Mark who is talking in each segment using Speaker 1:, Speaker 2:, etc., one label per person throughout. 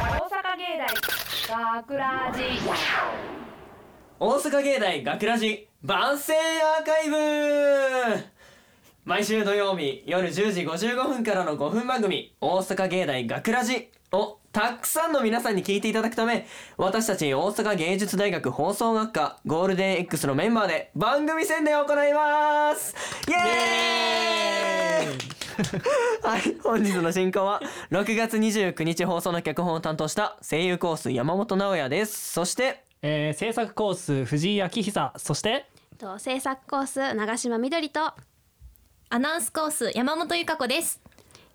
Speaker 1: 芸大学ラジ
Speaker 2: 大阪芸大学ラジ万世アーカイブ毎週土曜日夜10時55分からの5分番組「大阪芸大学ラジをたくさんの皆さんに聞いていただくため私たち大阪芸術大学放送学科ゴールデン X のメンバーで番組宣伝を行いますイエーイはい本日の進行は6月29日放送の脚本を担当した声優コース山本直哉ですそして
Speaker 3: えー、制作コース藤井昭久そして
Speaker 4: と制作コース長島みどりと
Speaker 5: アナウンスコース山本由香子です。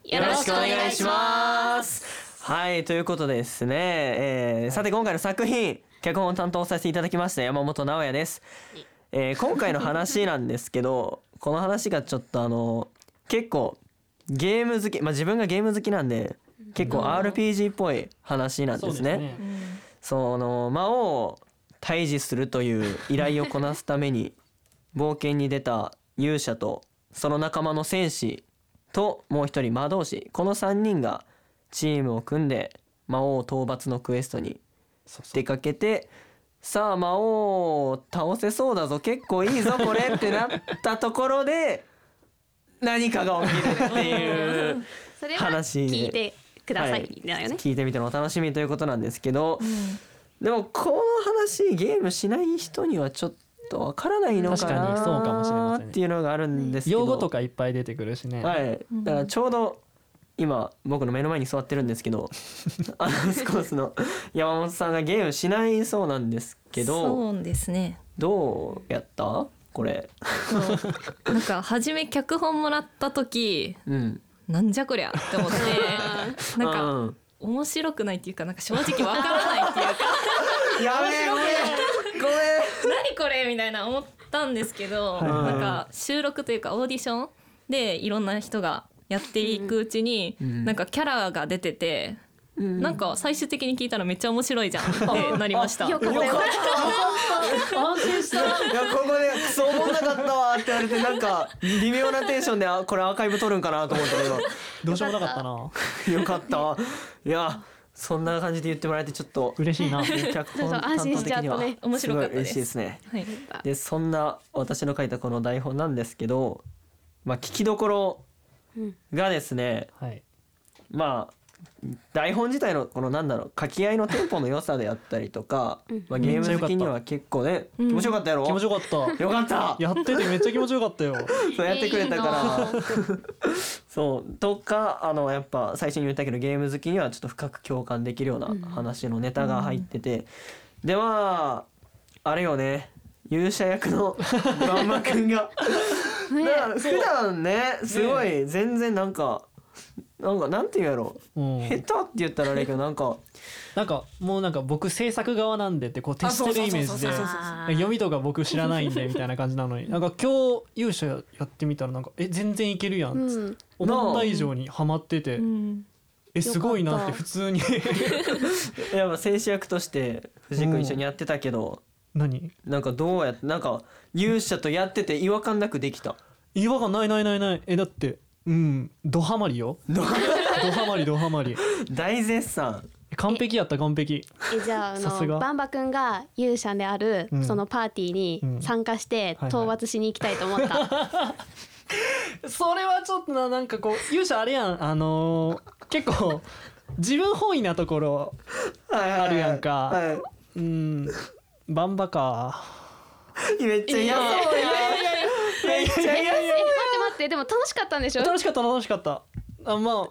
Speaker 4: よろしくお願いし
Speaker 2: ます。はいということでですね、えー、さて今回の作品脚本を担当させていただきました山本直哉です。えー、今回の話なんですけど この話がちょっとあの結構ゲーム好き、まあ、自分がゲーム好きなんで結構 RPG っぽい話なんですね。その魔王を退治するという依頼をこなすために冒険に出た勇者とその仲間の戦士ともう一人魔導士この3人がチームを組んで魔王討伐のクエストに
Speaker 3: そうそう
Speaker 2: 出かけてさあ魔王を倒せそうだぞ結構いいぞこれってなったところで何かが起きるっていう
Speaker 4: それは
Speaker 2: 話で
Speaker 4: 聞いてくださいだよね
Speaker 2: 聞いてみてのお楽しみということなんですけど、でもこの話ゲームしない人にはちょっとわからないのか
Speaker 3: 確かにそうかもしれ
Speaker 2: な
Speaker 3: ま
Speaker 2: っ
Speaker 3: せんね
Speaker 2: ていうのがあるんですけど
Speaker 3: 用語とかいっぱい出てくるしね、
Speaker 2: はい、だからちょうど今僕の目の前に座ってるんですけどアナウンスコースの山本さんがゲームしないそうなんですけど
Speaker 5: そうですね。
Speaker 2: どうやったこれ
Speaker 5: なんか初め脚本もらった時、
Speaker 2: うん
Speaker 5: なんじゃこりゃって思って、なんか
Speaker 2: うん
Speaker 5: 面白くないっていうか、なんか正直わからないっていうか、
Speaker 2: やべえごめんご
Speaker 5: 何これみたいな思ったんですけど、
Speaker 2: い
Speaker 5: なんか収録というかオーディションでいろんな人がやっていくうちに、
Speaker 2: ん
Speaker 5: なんかキャラが出てて。
Speaker 2: ん
Speaker 5: なんか最終的に聞いたらめっちゃ面白いじゃんってなりました。
Speaker 2: めんよかった安心したいやここでクソ思んなかったわって言われてなんか微妙なテンションであこれアーカイブ撮るんかなと思ったけど
Speaker 3: どうしようもなかったな
Speaker 2: よかったわいやそんな感じで言ってもらえてちょっと
Speaker 3: 嬉しいな
Speaker 2: 脚本
Speaker 4: そうそう安
Speaker 2: 担
Speaker 4: 心
Speaker 2: 当
Speaker 4: し
Speaker 2: 的
Speaker 4: ちゃった
Speaker 2: には
Speaker 4: ね
Speaker 5: 面
Speaker 2: す
Speaker 5: 白
Speaker 2: ご
Speaker 5: か
Speaker 2: い
Speaker 5: ったです
Speaker 2: 嬉しいですね
Speaker 5: はい、
Speaker 2: でそんな私の書いたこの台本なんですけど、まあ、聞きどころがですね、
Speaker 3: はい
Speaker 2: まあ台本自体のこのなんだろう書き合いのテンポの良さであったりとか、まあ、ゲーム好きには結構ね気持ちよかったやろ、
Speaker 3: 気持ちよ
Speaker 2: よ
Speaker 3: かった
Speaker 2: かった
Speaker 3: やっててめっちゃ気持ちよかったよ
Speaker 2: そうやってくれたからそうとかあのやっぱ最初に言ったけどゲーム好きにはちょっと深く共感できるような話のネタが入ってて、ではあれよね勇者役 のまんまくんがだから普段ねすごい全然なんかなんかなんて言うやろ
Speaker 3: うん
Speaker 2: 下手って言ったらあれやけどなんか
Speaker 3: なんかもうなんか僕制作側なんでってこう徹してるイメージで読みとか僕知らないんでみたいな感じなのになんか今日勇者やってみたらなんかえ全然いけるやんっつって、思った以上にハマってて、えすごいなって普通に
Speaker 2: やっぱ選手役として藤井君一緒にやってたけど、
Speaker 3: 何
Speaker 2: なんかどうやってなんか勇者とやってて違和感なくできた。
Speaker 3: 違和感ないないないないえだってうんドハマりよドハマりドハマり
Speaker 2: 大絶賛
Speaker 3: 完璧やった完璧
Speaker 1: えじゃああ
Speaker 3: さす
Speaker 1: の
Speaker 3: が
Speaker 1: バンバ君が勇者である、
Speaker 3: うん
Speaker 1: そのパーティーに参加して、
Speaker 3: うん
Speaker 1: 討伐しに行きたいと思った、
Speaker 3: それはちょっとななんかこう勇者あれやんあのー結構自分本位なところ
Speaker 2: あ
Speaker 3: あるやんかうんバンバか
Speaker 2: めっちゃ嫌そうやめっちゃ嫌
Speaker 1: え待って待ってでも楽しかったんでしょ
Speaker 3: 楽しかった楽しかったあま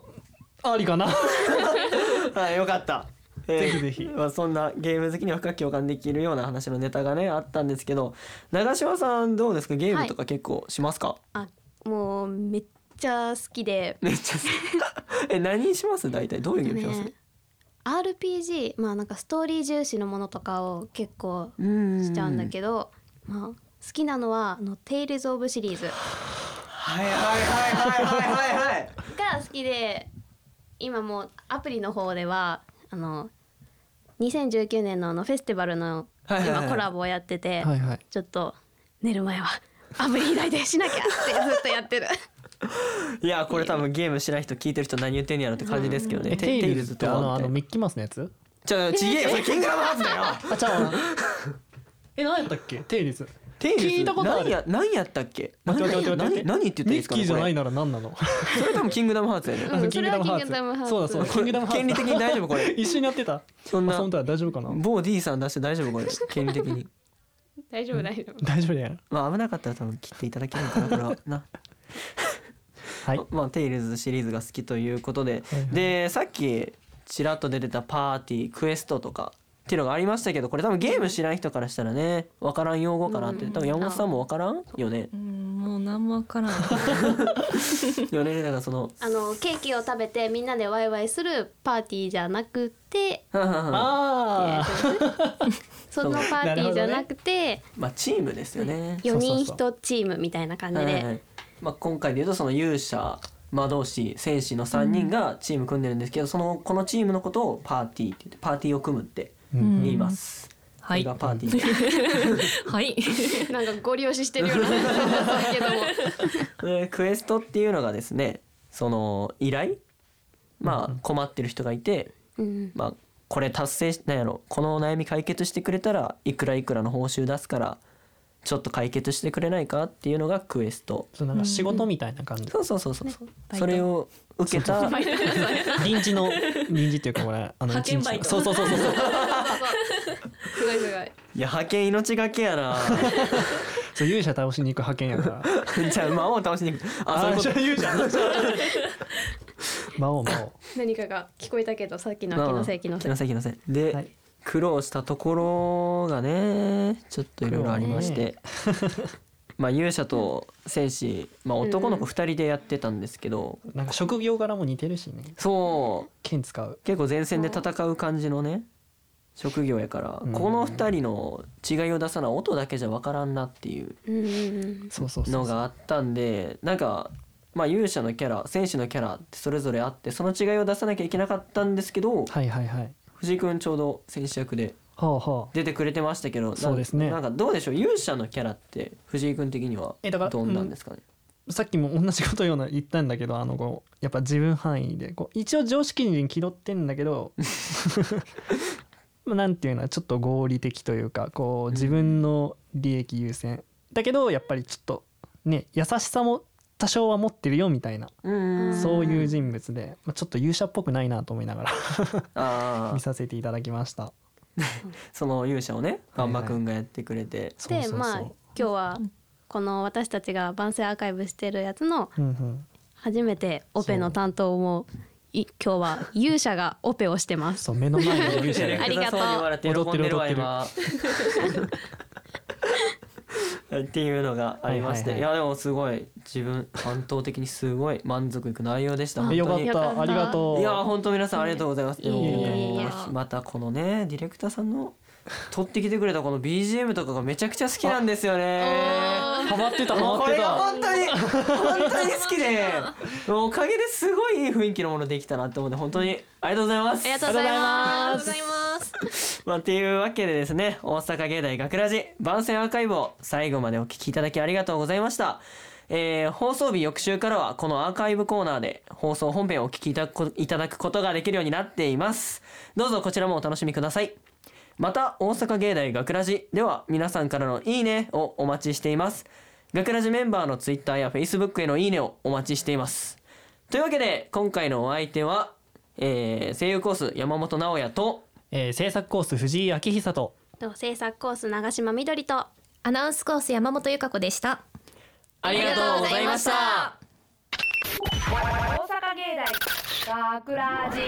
Speaker 3: あありかな
Speaker 2: はいよかったえー
Speaker 3: ぜひぜひ
Speaker 2: まあ、そんなゲーム好きには深く共感できるような話のネタがねあったんですけど長嶋さんどうですかゲームとか結構しますか、
Speaker 1: あもうめっちゃ好きで
Speaker 2: めっちゃ好きえ何します大体どういうゲームします、
Speaker 1: ね RPG まあなんかストーリー重視のものとかを結構
Speaker 2: うん
Speaker 1: しちゃうんだけど、まあ好きなのはあのテイルズオブシリーズ
Speaker 2: はいはいはいはいはい はい
Speaker 1: が好きで今もうアプリの方ではあの2019年のあのフェスティバルの
Speaker 2: はいはいはい
Speaker 1: 今コラボをやってて、
Speaker 3: はいはい
Speaker 1: ちょっと寝る前はアプリ開いてしなきゃってずっとやってる
Speaker 2: いやこれ多分ゲームしない人聞いてる人何言ってんやろって感じですけどね、
Speaker 3: えテイルズってあのあの
Speaker 2: み
Speaker 3: ミッキーマウスのやつ
Speaker 2: ちょちげえよそれキングダムハーツだよ
Speaker 3: あちゃうわ え何やったっけ定律聞いたことある
Speaker 2: 何や何やったっけ何
Speaker 3: 待って待って待って待って
Speaker 2: 何何言って言ったらいい
Speaker 3: ミ
Speaker 2: です
Speaker 3: ッ
Speaker 2: か
Speaker 3: キーじゃない
Speaker 2: ねこ
Speaker 3: なら何なの
Speaker 2: れそれ多分キングダムハーツやね
Speaker 1: うん
Speaker 3: あ
Speaker 1: それはキングダムハーツ
Speaker 3: そうだそうだキングダムハー ツ
Speaker 2: 権利的に大丈夫これ
Speaker 3: 一緒にやってた
Speaker 2: そん
Speaker 3: ま
Speaker 2: な
Speaker 3: あそんとは大丈夫かな
Speaker 2: 某 D さん出して大丈夫これ権利的 に
Speaker 1: 大丈夫大丈夫
Speaker 3: 大丈夫だよ
Speaker 2: まあ危なかったら多分切っていただけるかなこれはな
Speaker 3: はい
Speaker 2: まあテイルズシリーズが好きということで
Speaker 3: はいはい
Speaker 2: でさっきちらっと出てたパーティークエストとかっていうのがありましたけどこれ多分ゲーム知らない人からしたらね分からん用語かなって多分山本さんも分からんよね
Speaker 5: うんもう何もわからん
Speaker 2: よねだからその
Speaker 1: あのケーキを食べてみんなでワイワイするパーティーじゃなくて
Speaker 2: ま
Speaker 3: あ
Speaker 1: そのパーティーじゃなくて
Speaker 2: あチームですよね
Speaker 1: 4人
Speaker 3: そうそ
Speaker 1: 1チームみたいな感じ
Speaker 2: はいはいは
Speaker 1: で
Speaker 2: いまあ、今回でいうとその勇者魔導士戦士の3人がチーム組んでるんですけど、そのこのチームのことをパーティーって言ってパーティーを組むって
Speaker 3: うん
Speaker 2: 言います。
Speaker 5: はい
Speaker 2: これがパーティー。
Speaker 5: はい
Speaker 1: なんかご利用ししてるような感じだけども
Speaker 2: でクエストっていうのがですねその依頼まあ困ってる人がいて、
Speaker 1: うん
Speaker 2: まあ、これ達成しなんやろこのお悩み解決してくれたらいくらいくらの報酬出すからちょっと解決してくれないかっていうのがクエスト。
Speaker 3: そうなんか仕事みたいな感じ
Speaker 2: そうそうそうそうそう、
Speaker 5: バイト
Speaker 2: それを受けた
Speaker 3: 臨時の臨時っていうかこれあの
Speaker 5: 派遣
Speaker 3: 一日の
Speaker 5: バイト
Speaker 3: そうそうそうそうそう
Speaker 1: すごいすごい
Speaker 2: いや派遣命がけや な
Speaker 3: そう勇者倒しに行く派遣やから
Speaker 2: じゃあ魔王を倒しに行く あそういうこと
Speaker 3: 勇者魔王魔王
Speaker 1: 何かが聞こえたけどさっきの
Speaker 2: まあ
Speaker 1: 気
Speaker 2: まあ
Speaker 1: のせい気 のせい
Speaker 2: 気のせいで、
Speaker 3: はい
Speaker 2: 苦労したところがねちょっといろいろありまして、 まあ勇者と戦士、まあ、男の子2人でやってたんですけど、
Speaker 3: なんか職業柄も似てるしね
Speaker 2: そう
Speaker 3: 剣使う
Speaker 2: 結構前線で戦う感じのね職業やから、
Speaker 3: うん
Speaker 2: この2人の違いを出さな音だけじゃ分からんなっていう
Speaker 1: うんうん
Speaker 3: そうそうそ
Speaker 2: の
Speaker 3: う
Speaker 2: があったんでなんか、まあ、勇者のキャラ戦士のキャラってそれぞれあってその違いを出さなきゃいけなかったんですけど
Speaker 3: はいはいはい
Speaker 2: 藤井君ちょうど戦士役で
Speaker 3: はあはあ
Speaker 2: 出てくれてましたけどなん
Speaker 3: そうですね
Speaker 2: なんかどうでしょう勇者のキャラって藤井君的には
Speaker 3: えだから
Speaker 2: どんなんですかね、
Speaker 3: さっきも同じことような言ったんだけどあのこうやっぱ自分範囲でこう一応常識人気取ってんだけど まあなんていうのはちょっと合理的というかこう自分の利益優先だけどやっぱりちょっとね優しさも多少は持ってるよみたいな
Speaker 2: うん
Speaker 1: ん
Speaker 3: そういう人物で、まあ、ちょっと勇者っぽくないなと思いながら
Speaker 2: あ
Speaker 3: 見
Speaker 2: ー
Speaker 3: させていただきました。
Speaker 2: その勇者をねガ
Speaker 3: はいはい
Speaker 2: ンマくんがやってくれて、
Speaker 3: そう
Speaker 1: で
Speaker 3: そうそう
Speaker 1: まあ今日はこの私たちが番宣アーカイブしてるやつの
Speaker 3: うんうん、
Speaker 1: 初めてオペの担当もい今日は勇者がオペをしてます
Speaker 3: そう目の前の勇者
Speaker 1: あ
Speaker 3: で
Speaker 1: りがとう
Speaker 2: そう言われて喜んでるわ今 っていうのがありまして、
Speaker 3: はいいは
Speaker 2: やでもすごい自分担当的にすごい満足いく内容でした
Speaker 1: あ
Speaker 2: 本
Speaker 3: よか
Speaker 2: 当
Speaker 3: っ
Speaker 2: に
Speaker 1: よかった
Speaker 3: たありがとう
Speaker 2: いや本当皆さんありがとうございます。
Speaker 1: いえいえいえい
Speaker 2: で
Speaker 1: え
Speaker 2: もまたこのねディレクターさんの撮ってきてくれたこの BGM とかがめちゃくちゃ好きなんですよね。
Speaker 3: ハマってたハ
Speaker 2: もう
Speaker 3: マ
Speaker 2: こ
Speaker 3: って
Speaker 2: れが
Speaker 3: た
Speaker 2: 本当に本当に好き で、おかげですごいいい雰囲気のものできたなって思って本当にありがとうございます。
Speaker 1: ありがとうございます
Speaker 2: まあ、というわけでですね大阪芸大学ラジ番宣アーカイブを最後までお聞きいただきありがとうございました、えー放送日翌週からはこのアーカイブコーナーで放送本編をお聞きいただくこいただくことができるようになっていますどうぞこちらもお楽しみくださいまた大阪芸大学ラジでは皆さんからの「いいね」をお待ちしています学ラジメンバーの Twitter や Facebook への「いいね」をお待ちしていますというわけで今回のお相手は、えー声優コース山本直哉と
Speaker 3: えー制作コース藤井明久と
Speaker 1: と制作コース長島みどりと
Speaker 4: アナウンスコース山本由香子でした
Speaker 2: ありがとうございました。
Speaker 6: 大阪芸大学ラジ